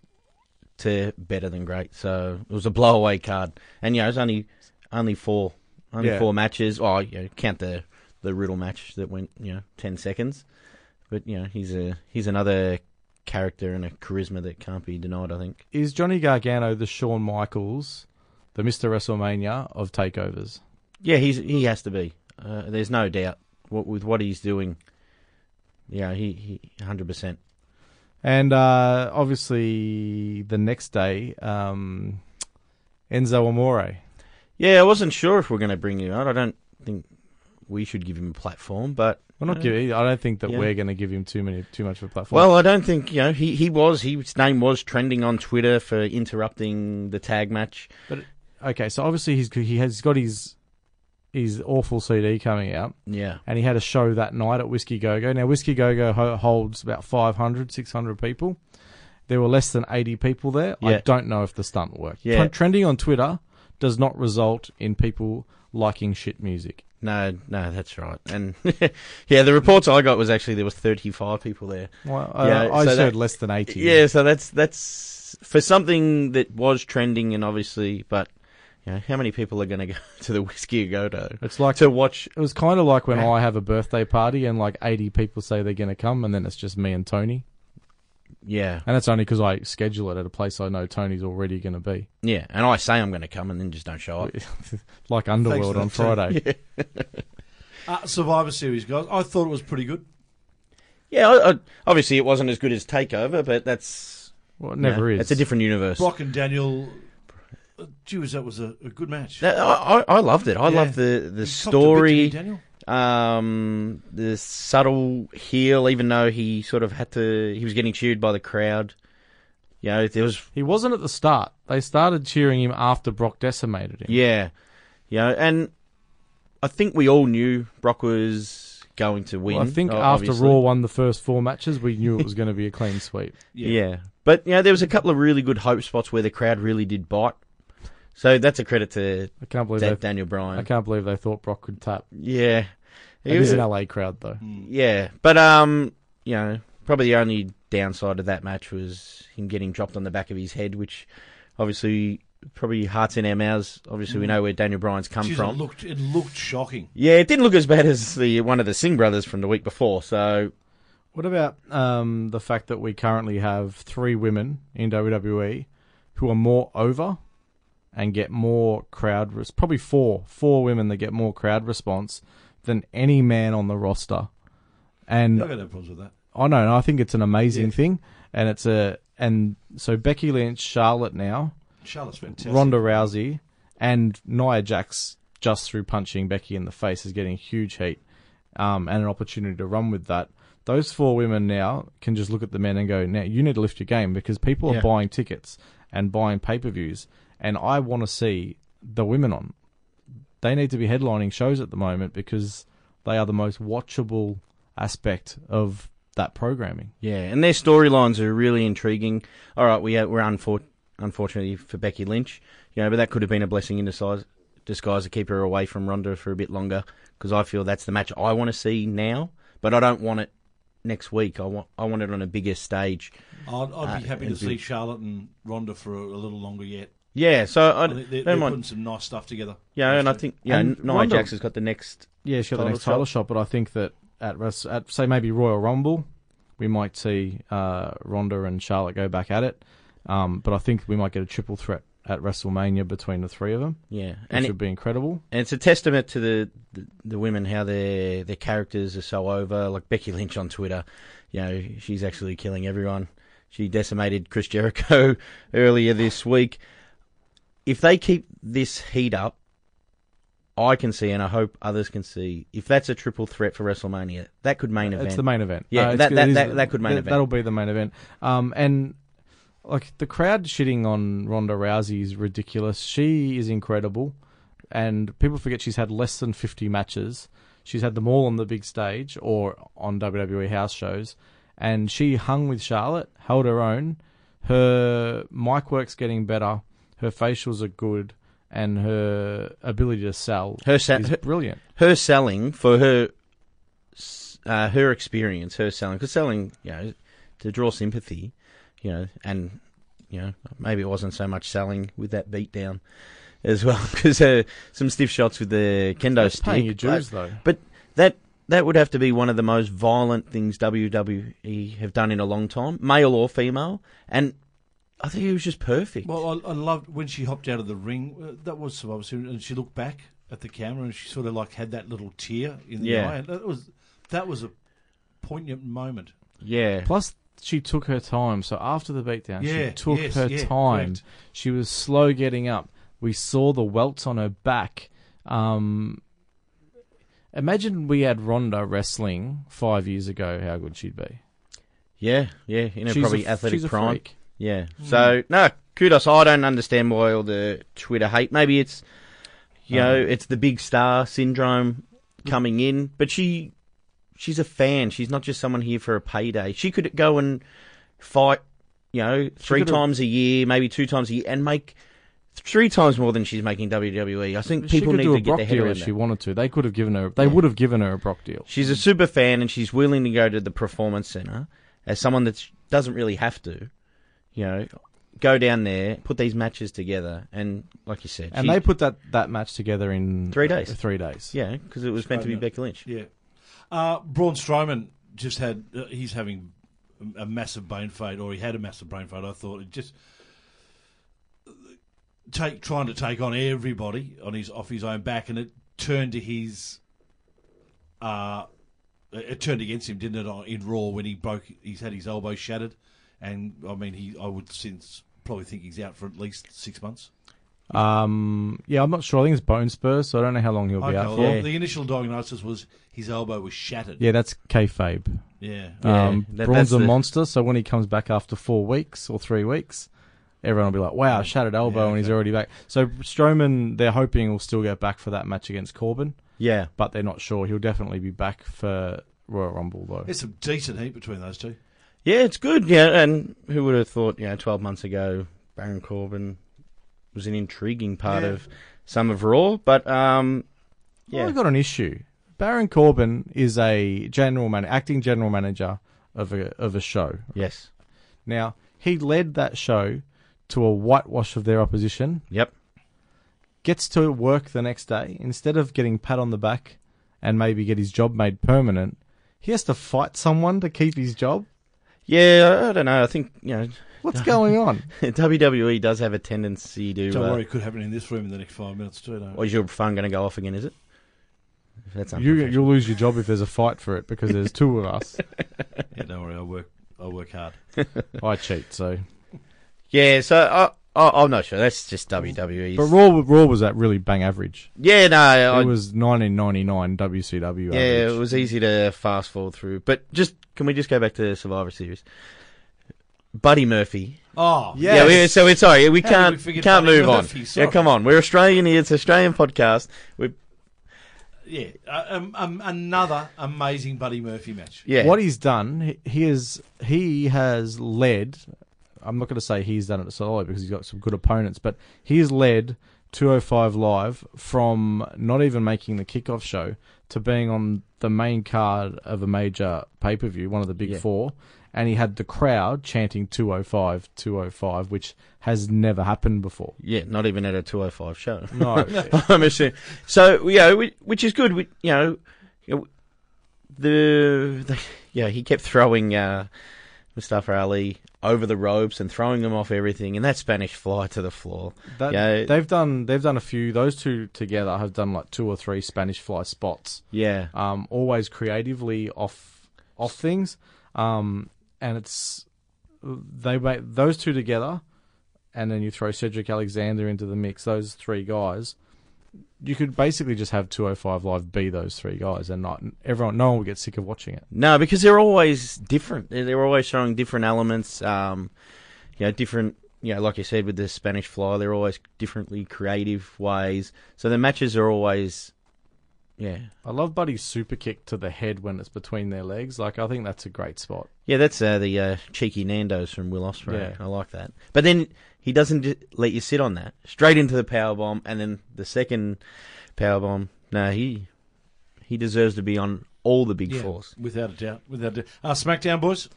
to better than great. So it was a blowaway card, and you know, it was only only four, only Yeah. four matches. Oh, you know, count the the Riddle match that went you know ten seconds, but you know he's a he's another character and a charisma that can't be denied. I think. Is Johnny Gargano the Shawn Michaels, the Mr. WrestleMania of takeovers? Yeah, he's he has to be. Uh, there's no doubt what, with what he's doing. Yeah, he he hundred percent. And uh, obviously, the next day, um, Enzo Amore. Yeah, I wasn't sure if we're going to bring you out. I don't think we should give him a platform, but We're not Uh, giving. I don't think that yeah. we're going to give him too many, too much of a platform. Well, I don't think you know he he was he, his name was trending on Twitter for interrupting the tag match. okay. So obviously, he's he has got his his awful CD coming out, Yeah, and he had a show that night at Whiskey Go Go. Now, Whiskey Go Go ho- holds about 500, 600 people. There were less than 80 people there. Yeah. I don't know if the stunt worked. Yeah. Tren- trending on Twitter does not result in people liking shit music. no, no, that's right. And yeah, the reports I got was actually there was thirty five people there. Well, I- Yeah, I, so just that- heard less than 80. Yeah, so that's that's for something that was trending and obviously, but You know, how many people are going to go to the Whiskey a Go to It's like to watch? it was kind of like when I have a birthday party and like 80 people say they're going to come, and then it's just me and Tony, Yeah, and that's only because I schedule it at a place I know Tony's already going to be, yeah. And I say I'm going to come, and then just don't show up. like Underworld on Thanks for that, Friday. Uh, Survivor Series, guys. I thought it was pretty good. Yeah, I, I, obviously it wasn't as good as Takeover, but that's Well, it never you know, is. It's a different universe. Brock and Daniel. uh, Geez, that was a, a good match. That- I, I I loved it. I Yeah. loved the the You copped a bit, didn't story. you, Daniel. um, the subtle heel, even though he sort of had to, he was getting chewed by the crowd. You know, there was, He wasn't at the start. They started cheering him after Brock decimated him. yeah, you know, and I think we all knew Brock was going to win. Well, I think o- after oh, obviously. Raw won the first four matches, we knew it was going to be a clean sweep. yeah. but you know, there was a couple of really good hope spots where the crowd really did bite. So that's a credit to I can't believe Dan- they. Daniel Bryan. I can't believe they thought Brock could tap. Yeah, It is an LA crowd though. Hmm. Yeah, but um, you know, probably the only downside of that match was him getting dropped on the back of his head, which obviously probably hearts in our mouths. Obviously, we know where Daniel Bryan's come Geez, It from. looked, it looked shocking. Yeah, it didn't look as bad as the one of the Singh brothers from the week before. So What about um, the fact that we currently have three women in WWE who are more over and get more crowd res- probably four four women that get more crowd response than any man on the roster. I And got no problems with that. I know, and I think it's an amazing Yeah. thing, and it's a and so Becky Lynch, Charlotte now, Charlotte's fantastic. Ronda Rousey, and Nia Jax just through punching Becky in the face is getting huge heat, um, and an opportunity to run with that. Those four women now can just look at the men and go, "Now you need to lift your game because people are Yeah. buying tickets and buying pay per views, and I want to see the women on. They need to be headlining shows at the moment because they are the most watchable aspect of that programming." yeah, and their storylines are really intriguing. All right, we are, we're unfor- unfortunately for Becky Lynch, you know, but that could have been a blessing in disguise. Disguise to keep her away from Ronda for a bit longer because I feel that's the match I want to see now, but I don't want it next week. I want I want it on a bigger stage. I'd, I'd be Uh, happy to it'd see be- Charlotte and Ronda for a, a little longer yet. Yeah, so I, I think they're, they're don't putting mind. some nice stuff together. Yeah, and I think yeah, And Nia Ronda- Jax has got the next. Yeah, she got the Title next title shot. shot, but I think that at, Res- at say maybe Royal Rumble, we might see uh, Ronda and Charlotte go back at it. Um, but I think we might get a triple threat at WrestleMania between the three of them, Yeah, which and, it, would be incredible. and it's a testament to the, the the women how their their characters are so over. Like Becky Lynch on Twitter, you know, she's actually killing everyone. She decimated Chris Jericho earlier this week. If they keep this heat up, I can see, and I hope others can see. If that's a triple threat for WrestleMania, that could main event. It's the main event. Uh, Yeah, it's- that- it that- is- that- that could main event. That'll be the main event. Um, and like the crowd shitting on Ronda Rousey is ridiculous. She is incredible, and people forget she's had less than fifty matches. She's had them all on the big stage or on WWE house shows, and she hung with Charlotte, held her own. Her mic work's getting better. Her facials are good, and her ability to sell her sa- is her- brilliant. her selling for her uh, her experience, her selling, because selling, you know, to draw sympathy, you know, and you know, maybe it wasn't so much selling with that beatdown as well, because uh, some stiff shots with the kendo That's stick. paying your like, dues though. that that would have to be one of the most violent things WWE have done in a long time, male or female, and I think it was just perfect. Well, I, I loved when she hopped out of the ring. Uh, that was Survivor Series, and she looked back at the camera and she sort of like had that little tear in the Yeah. eye. And that was that was a poignant moment. yeah, Plus, she took her time. So after the beatdown, Yeah, she took yes, her yeah, time. correct. She was slow getting up. We saw the welts on her back. Um, imagine we had Ronda wrestling five years ago. How good she'd be. yeah, yeah, in a probably a, athletic she's a prime. freak. Yeah. Hmm. So no, kudos. I don't understand why all the Twitter hate. Maybe it's you know, Uh-huh. it's the big star syndrome Hmm. coming in, but she she's a fan. She's not just someone here for a payday. She could go and fight, you know, three could've- times a year, maybe two times a year and make three times more than she's making WWE. I think She people could need do to a get Brock their head deal around if she that. wanted to. They could have given her. They Yeah. would have given her a Brock deal. She's a super fan and she's willing to go to the performance center as someone that sh- doesn't really have to. You know, go down there, put these matches together, and like you said, And she- they put that, that match together in Three days. Three days. yeah, because it was meant to be Becky Lynch. Yeah. Uh, Braun Strowman just had, uh, he's having a massive brain fade, or he had a massive brain fade, I thought. It just. Take trying to take on everybody on his off his own back, and it turned to his, uh, it turned against him, didn't it? on- In Raw when he broke, he's had his elbow shattered, and I mean he, I would since probably think he's out for at least six months. Um, yeah, I'm not sure. I think it's bone spurs, so I don't know how long he'll be Okay, out well, for. Yeah. the initial diagnosis was his elbow was shattered. Yeah, that's kayfabe. yeah. Yeah, um, that- that's Braun's a the- monster, so when he comes back after four weeks or three weeks, everyone will be like, "Wow, shattered elbow," Yeah, and he's okay. already back. So Strowman, they're hoping will still get back for that match against Corbin, Yeah, but they're not sure. He'll definitely be back for Royal Rumble though. It's a decent heat between those two. Yeah, it's good. Yeah, and who would have thought? You know, twelve months ago, Baron Corbin was an intriguing part Yeah. of some of Raw, but um, Well, yeah, I've Oh, got an issue. Baron Corbin is a general man, acting general manager of a of a show. yes, Now he led that show to a whitewash of their opposition. yep, gets to work the next day, instead of getting pat on the back and maybe get his job made permanent, he has to fight someone to keep his job. yeah. I- I don't know. I think you know What's going on? WWE does have a tendency to. Don't uh, worry, it could happen in this room in the next five minutes too. Don't Or is your phone going to go off again? Is it? That's You, unprofessional. you'll lose your job if there's a fight for it because there's two of us. yeah, don't worry. I work. I work hard. I cheat, so. Yeah, so I, I, I'm not sure. That's just WWE. But Raw, Raw was that really bang average. yeah, no, I, It was 1999 WCW yeah, average. it was easy to fast forward through. But just can we just go back to Survivor Series? Buddy Murphy. Oh, Yeah, we, so it's sorry, we How can't did we forget can't Buddy move Murphy? on. Sorry. Yeah, come on, we're Australian here. It's Australian podcast. We yeah. Uh, um, um, another amazing Buddy Murphy match. yeah, What he's done, he- he is he has led. I'm not going to say he's done it solely because he's got some good opponents, but he has led 205 Live from not even making the kickoff show to being on the main card of a major pay per view, one of the big Yeah. four, and he had the crowd chanting 205, 205, which has never happened before. yeah, not even at a two hundred five show. No, I'm assuming. So yeah, we, which is good. We, you know, you know, the, the yeah he kept throwing uh, Mustafa Ali over the ropes and throwing him off everything, and that Spanish fly to the floor. that, Yeah. they've done they've done a few. Those two together have done like two or three Spanish Fly spots. Yeah, um, always creatively off off things, um, and it's they make those two together, and then you throw Cedric Alexander into the mix. Those three guys, you could basically just have 205 Live be those three guys, and not everyone, no one would get sick of watching it. no, because they're always different. They're, they're always showing different elements. Um, you know, different. You know, like you said with the Spanish fly, they're always differently creative ways. So the matches are always, yeah, I love Buddy's super kick to the head when it's between their legs. Like I think that's a great spot. Yeah, that's uh, the uh, cheeky Nando's from Will Yeah. Ospreay. I like that. But then he doesn't j- let you sit on that. Straight into the power bomb, and then the second power bomb. No, he he deserves to be on all the big Yeah, fours. without a doubt. Without a doubt. Uh, SmackDown boys.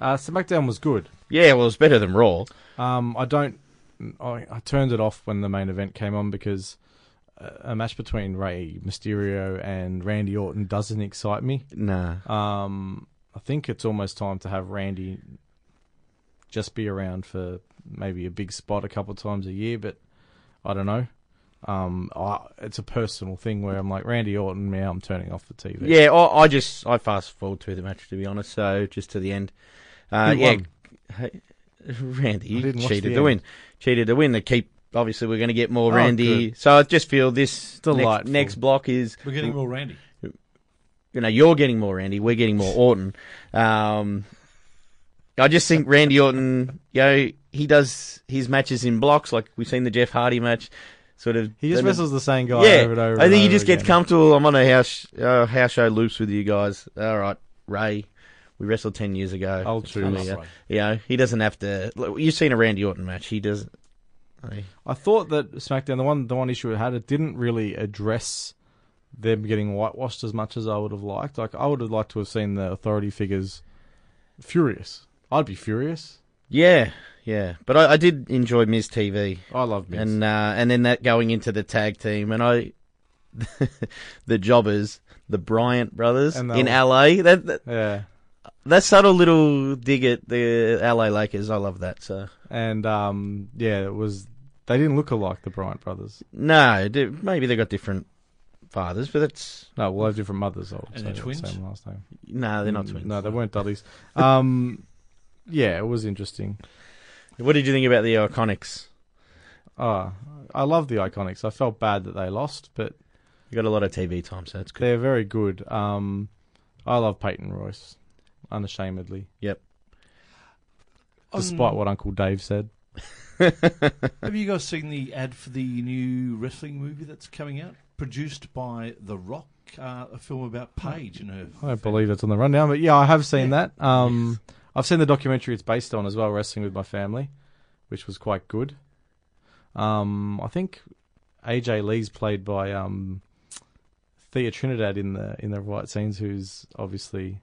Uh, SmackDown was good. Yeah, well, it's better than Raw. Um, I don't. I, I turned it off when the main event came on because a, a match between Ray Mysterio and Randy Orton doesn't excite me. Nah. Um, I think it's almost time to have Randy just be around for maybe a big spot a couple of times a year, but I don't know. Um, I, it's a personal thing where I'm like Randy Orton. Now I'm turning off the TV. Yeah, I, I just I fast forward through the match to be honest. So just to the end. Uh, Who yeah, won? Hey, Randy I you didn't watch cheated the to win. end. Cheated to win. The keep. Obviously, we're going to get more Oh, Randy. So I just feel this next, Delightful. next block is We're getting more Randy. you know, you're getting more Randy, we're getting more Orton. Um, I just think Randy Orton, you know, he does his matches in blocks, like we've seen the Jeff Hardy match, sort of. he just Then- wrestles the same guy Yeah, over and over. I and think you over just again. gets comfortable. I'm on a house uh, house show loops with you guys. All right, Ray, we wrestled ten years ago. I'll It's choose. funny, uh, You know, he doesn't have to. look, You've seen a Randy Orton match. He doesn't. I- I thought that SmackDown, the one the one issue it had, it didn't really address them getting whitewashed as much as I would have liked. Like I would have liked to have seen the authority figures furious. I'd be furious. Yeah, yeah. But I, I did enjoy Miz TV. I love Miz. and uh, and then that going into the tag team, and I, the jobbers, the Bryant brothers And they in were- LA. That, that yeah. that subtle little dig at the LA Lakers. I love that. So And um, yeah, it was. They didn't look alike, the Bryant brothers. no, d- maybe they got different fathers, but that's No, we'll have different mothers. I'll And say they're that twins? Same last name. no, they're not twins. Mm, No, they weren't Dudleys. Um, yeah, it was interesting. What did you think about the Iconics? Ah, I love the Iconics. I felt bad that they lost, but You got a lot of TV time, so that's good. they're very good. Um, I love Peyton Royce, unashamedly, despite Um, what Uncle Dave said. Have you guys seen the ad for the new wrestling movie that's coming out? Produced by The Rock, uh, a film about Paige and her. I don't believe it's on the rundown, but yeah, I have seen that. Um, I've seen the documentary it's based on as well, Wrestling with My Family, which was quite good. Um, I think AJ Lee's played by um, Thea Trinidad in the in the right scenes, who's obviously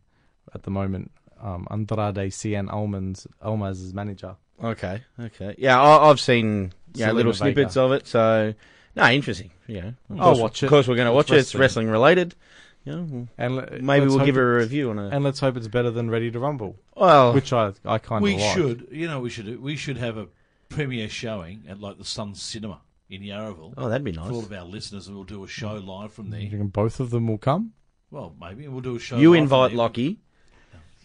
at the moment um, Andrade Cien Alman's Almaz's manager. Okay, okay, yeah, I, I've seen yeah Selena little Vega. snippets of it, so no, interesting. Yeah, I'll of course- watch Of it. course, we're going to It's watch it. It's wrestling. wrestling related. Yeah, well, And le- maybe let's we'll hope give her a it's- review on it. And let's hope it's better than Ready to Rumble, Well, which I I kind of We like. should, you know, we should do- we should have a premiere showing at like the Sun Cinema in Yarraville oh, that'd be for all nice. of our listeners, and we'll do a show live from You there. reckon both of them will come? Well, maybe we'll do a show. You live from invite there. Lockie,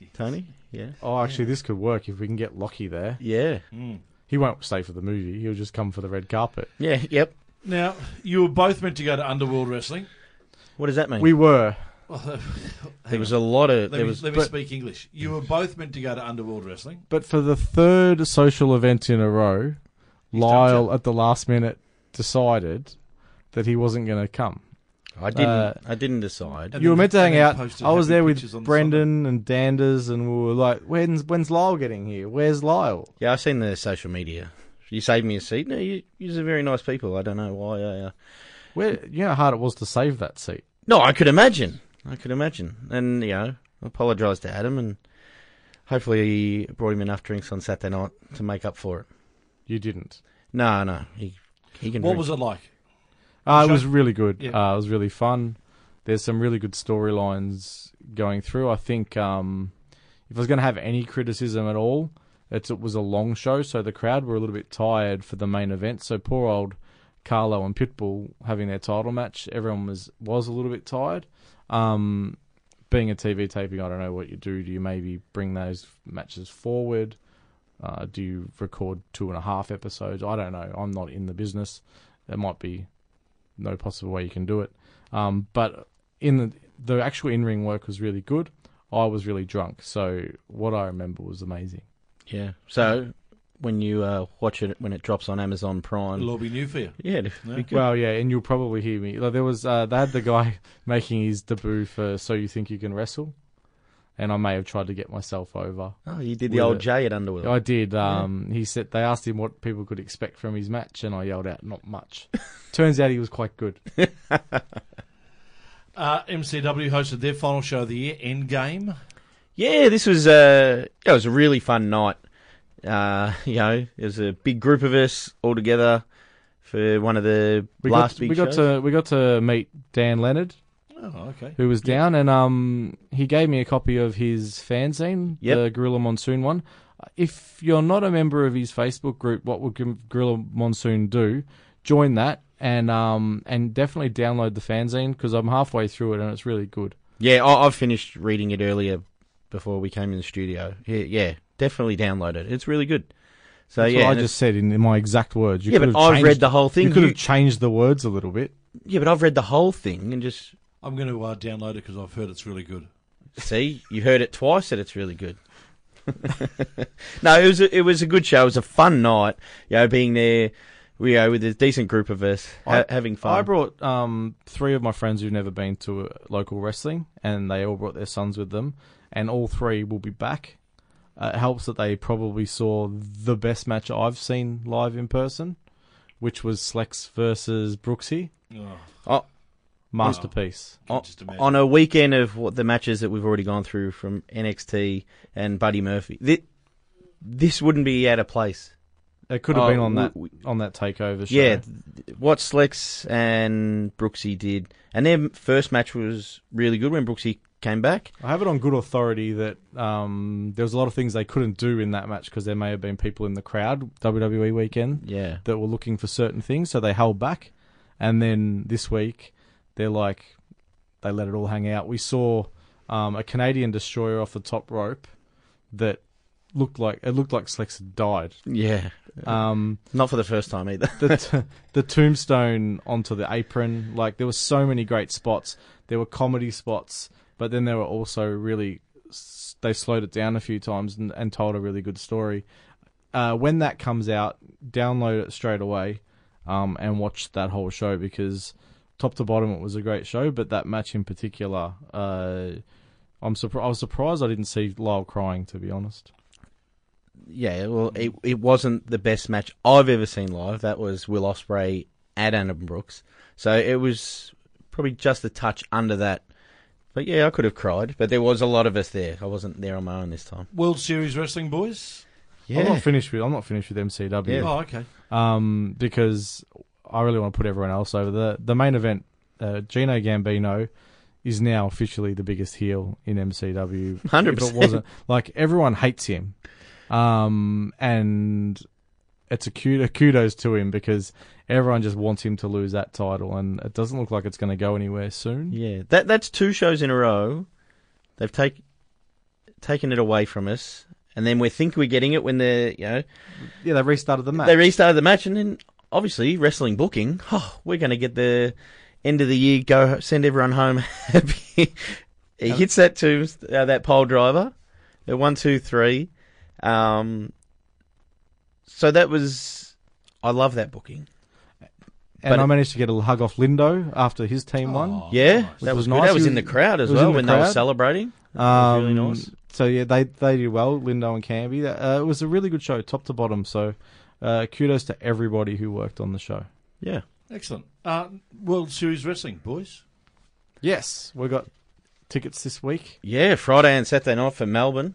Yes. Tony. Yeah, Oh, actually, this could work if we can get Lockie there. yeah, Mm. He won't stay for the movie. He'll just come for the red carpet. yeah. Yep. Now you were both meant to go to Underworld Wrestling. What does that mean? We were. Well, there was a lot of let there me, was let me but- speak English. You were both meant to go to Underworld Wrestling. But for the third social event in a row, He's Lyle at the last minute decided that he wasn't going to come. I didn't uh, I didn't decide. And you were then- meant to and hang then out. posted I was happy there pictures with on the Brendan and Danders, and we were like, "When's when's Lyle getting here? Where's Lyle?" Yeah, I've seen the social media. You saved me a seat. No, you you're very nice people. I don't know why. I, uh... Where you know how hard it was to save that seat. No, I could imagine. I could imagine. And you know, I apologise to Adam and hopefully he brought him enough drinks on Saturday night to make up for it. You didn't. No, no, he he can. What drink. was it like? Uh, it Sure. was really good. Yeah. Uh, it was really fun. There's some really good storylines going through. I think um, if I was going to have any criticism at all, it's, it was a long show, so the crowd were a little bit tired for the main event. So poor old Carlo and Pitbull having their title match, everyone was was a little bit tired. Um, being a TV taping, I don't know what you do. Do you maybe bring those matches forward? Uh, do you record two and a half episodes? I don't know. I'm not in the business. There might be no possible way you can do it. Um, but in the the actual in ring work was really good. I was really drunk, so what I remember was amazing. Yeah. So when you uh, watch it when it drops on Amazon Prime. It'll all be new for you. yeah, it'd be Yeah. good. Well, yeah, and you'll probably hear me. Like there was, uh, they had the guy making his debut for "So You Think You Can Wrestle," and I may have tried to get myself over. oh, you did the with old it. J at Underworld. I did. Um, He said they asked him what people could expect from his match, and I yelled out, "Not much." Turns out he was quite good. Uh, MCW hosted their final show of the year, Endgame. Yeah, this was a yeah, it was a really fun night. Uh, you know, it was a big group of us all together for one of the We last got, big we got shows. to we got to meet Dan Leonard, Oh, okay. who was down, and um, he gave me a copy of his fanzine, Yep. the Gorilla Monsoon one. Uh, If you're not a member of his Facebook group, what would Gor- Gorilla Monsoon do? Join that and um, and definitely download the fanzine because I'm halfway through it and it's really good. yeah, I, I finished reading it earlier before we came in the studio. Yeah, yeah definitely download it. It's really good. So That's yeah, what I and just said in, in my exact words. You yeah, could but have I've read changed- the whole thing. You could You- have changed the words a little bit. yeah, but I've read the whole thing and just I'm going to uh, download it because I've heard it's really good. See, you heard it twice that it's really good. no, it was a, it was a good show. It was a fun night. You know, being there, you know, with a decent group of us, ha- I- having I fun. brought um, three of my friends who've never been to uh, local wrestling, and they all brought their sons with them, and all three will be back. Uh, it helps that they probably saw the best match I've seen live in person, which was Slex versus Brooksy. Oh, Masterpiece. I can Oh, just imagine. on a weekend of what the matches that we've already gone through from NXT and Buddy Murphy. Th- this wouldn't be out of place. It could have been Oh, on that w- w- on that takeover show. Yeah, th- what Slex and Brooksy did, and their first match was really good when Brooksy came back. I have it on good authority that um, there was a lot of things they couldn't do in that match because there may have been people in the crowd WWE weekend Yeah, that were looking for certain things, so they held back. And then this week, they're like, they let it all hang out. We saw um, a Canadian destroyer off the top rope that looked like it looked like Slex had died. yeah, Um, not for the first time either. the t- the tombstone onto the apron. Like there were so many great spots. There were comedy spots, but then there were also really s- they slowed it down a few times and, and told a really good story. Uh, when that comes out, download it straight away um, and watch that whole show because top to bottom it was a great show. But that match in particular, uh, I'm surprised. I was surprised I didn't see Lyle crying. To be honest, Yeah, well, it it wasn't the best match I've ever seen live. That was Will Osprey at Adam Brooks, so it was probably just a touch under that. But yeah, I could have cried, but there was a lot of us there. I wasn't there on my own this time. World Series Wrestling, boys? I'm not finished with I'm not finished with MCW. Yeah. Oh, okay. um, because I really want to put everyone else over the the main event. Uh, Gino Gambino is now officially the biggest heel in MCW. If 100%. It wasn't like everyone hates him, um, and it's a cute a kudos to him because everyone just wants him to lose that title, and it doesn't look like it's going to go anywhere soon. Yeah, that that's two shows in a row. They've take, taken it away from us, and then we think we're getting it when they're you know Yeah, they restarted the match. they restarted the match, and then obviously wrestling booking. Oh, we're going to get the end of the year. Go send everyone home happy. he hits that to uh, that pole driver, the one two three. Um, so that was I love that booking. and but I it- managed to get a hug off Lindo after his team won. Oh, Yeah, nice. that was was, nice. good. That was He in the was- crowd as it was in well the when they were crowd. celebrating. Um, really nice. So yeah, they they did well, Lindo and Camby. Uh, it was a really good show, top to bottom. So uh, kudos to everybody who worked on the show. Yeah. Excellent. Uh, World Series Wrestling, boys? Yes, we got tickets this week. Yeah, Friday and Saturday night for Melbourne.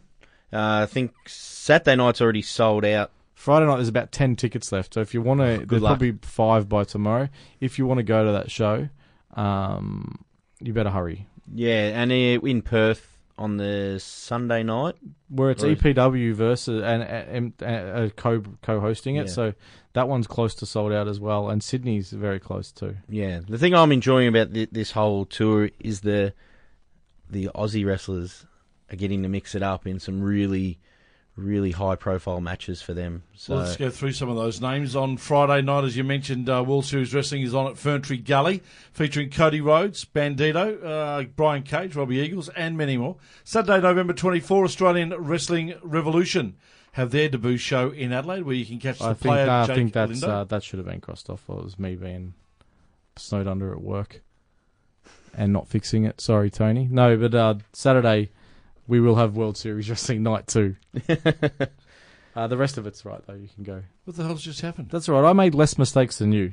Uh, I think Saturday night's already sold out. Friday night there's about ten tickets left. So if you want to, there's Oh, luck. probably five by tomorrow. If you want to go to that show, um, you better hurry. Yeah, and uh, in Perth on the Sunday night. Where it's Right. EPW E versus and, and, and, uh, co co hosting it, Yeah. so that one's close to sold out as well, and Sydney's very close too. Yeah, the thing I'm enjoying about th- this whole tour is the the Aussie wrestlers are getting to mix it up in some really, really high profile matches for them. So Let's go through some of those names. On Friday night, as you mentioned, uh, World Series Wrestling is on at Ferntree Gully, featuring Cody Rhodes, Bandito, uh, Brian Cage, Robbie Eagles, and many more. Saturday, November 24, Australian Wrestling Revolution have their debut show in Adelaide, where you can catch the I think, player uh, Jake I think that's Lindo. uh, that should have been crossed off. Well, it was me being snowed under at work and not fixing it. Sorry, Tony. No, but uh, Saturday we will have World Series Wrestling night too. uh, the rest of it's right though. You can go. what the hell's just happened? That's all right. I made less mistakes than you.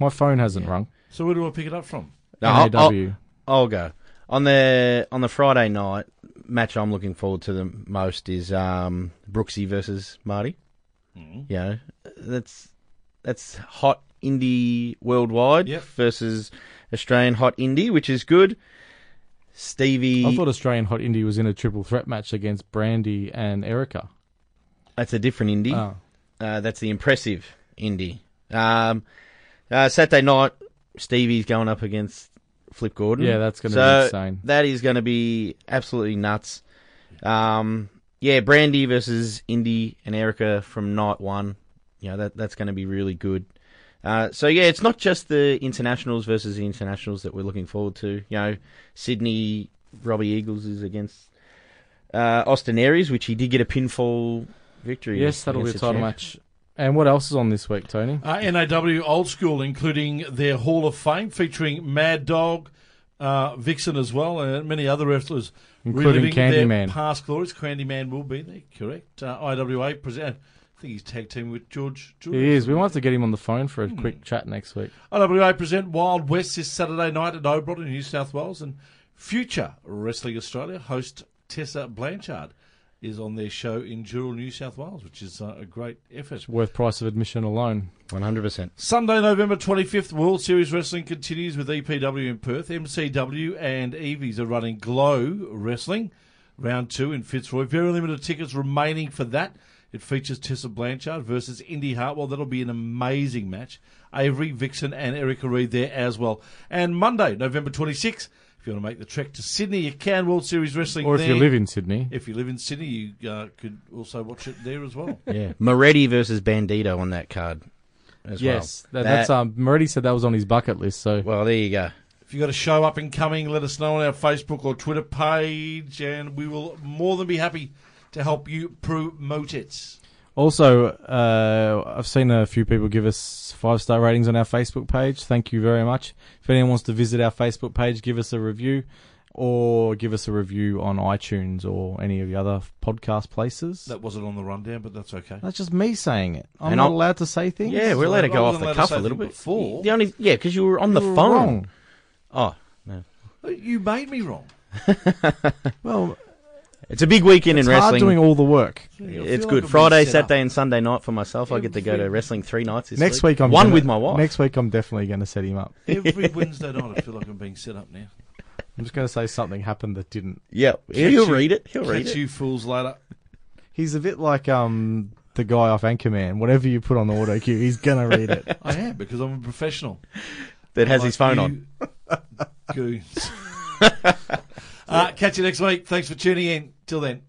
My phone hasn't rung. So where do I pick it up from? No, I'll- NAW. I'll go on the on the Friday night match. I'm looking forward to the most is um, Brooksy versus Marty. Mm. you know, that's that's hot indie worldwide Yep. versus Australian hot indie, which is good. Stevie, I thought Australian Hot Indie was in a triple threat match against Brandy and Erica. that's a different indie. Oh. Uh, that's the impressive indie. Um, uh, Saturday night, Stevie's going up against Flip Gordon. Yeah, that's going to So, be insane. That is going to be absolutely nuts. Um, yeah, Brandy versus Indy and Erica from night one. You know, that, that's going to be really good. Uh, so, yeah, it's not just the internationals versus the internationals that we're looking forward to. You know, Sydney, Robbie Eagles is against uh, Austin Aries, which he did get a pinfall victory. Yes, that'll be a against the title champ. match. And what else is on this week, Tony? Uh, NAW Old School, including their Hall of Fame, featuring Mad Dog, uh, Vixen as well, and many other wrestlers. Including reliving their Candyman. Past glories. Candyman will be there, correct. Uh, IWA present. I think he's tag team with George. George He is. We might have to get him on the phone for a Hmm. quick chat next week. IWA present Wild West this Saturday night at Obrod in New South Wales, and future Wrestling Australia host Tessa Blanchard is on their show in Dural, New South Wales, which is uh, a great effort. worth price of admission alone. One hundred percent. Sunday, November 25th, World Series Wrestling continues with EPW in Perth. MCW and Evies are running Glow Wrestling, round two in Fitzroy. Very limited tickets remaining for that. It features Tessa Blanchard versus Indy Hartwell. That'll be an amazing match. Avery, Vixen, and Erica Reed there as well. And Monday, November 26th, if you want to make the trek to Sydney, you can. World Series Wrestling. Or if you there. live in Sydney, If you live in Sydney, you uh, could also watch it there as well. Yeah, Moretti versus Bandito on that card. As yes, well. that, that's um. Moretti said that was on his bucket list. So well, there you go. If you've got a show up and coming, let us know on our Facebook or Twitter page, and we will more than be happy to help you promote it. also, uh, I've seen a few people give us five star ratings on our Facebook page. Thank you very much. If anyone wants to visit our Facebook page, give us a review, or give us a review on iTunes or any of the other podcast places. That wasn't on the rundown, but that's okay. That's just me saying it. I'm And not I'll- allowed to say things. Yeah, we're allowed to go I off wasn't the allowed to cuff say a little anything bit. before. The only yeah, because you were on the You're phone. wrong. Oh no, Uh, You made me wrong. Well, it's a big weekend it's in hard wrestling. doing all the work. I feel it's like good. I've been Friday, set up. Saturday, and Sunday night for myself. I get to go to wrestling three nights this next week, I'm one gonna- with my wife. Next week, I'm definitely going to set him up. Every Wednesday night, I feel like I'm being set up now. I'm just going to say something happened that didn't. yeah, Catch he'll you- read it. He'll read Catch it. you fools later. He's a bit like um the guy off Anchorman. Whatever you put on the auto cue, he's gonna read it. I am because I'm a professional. That has his phone you on. Goons. uh, catch you next week. Thanks for tuning in. Till then.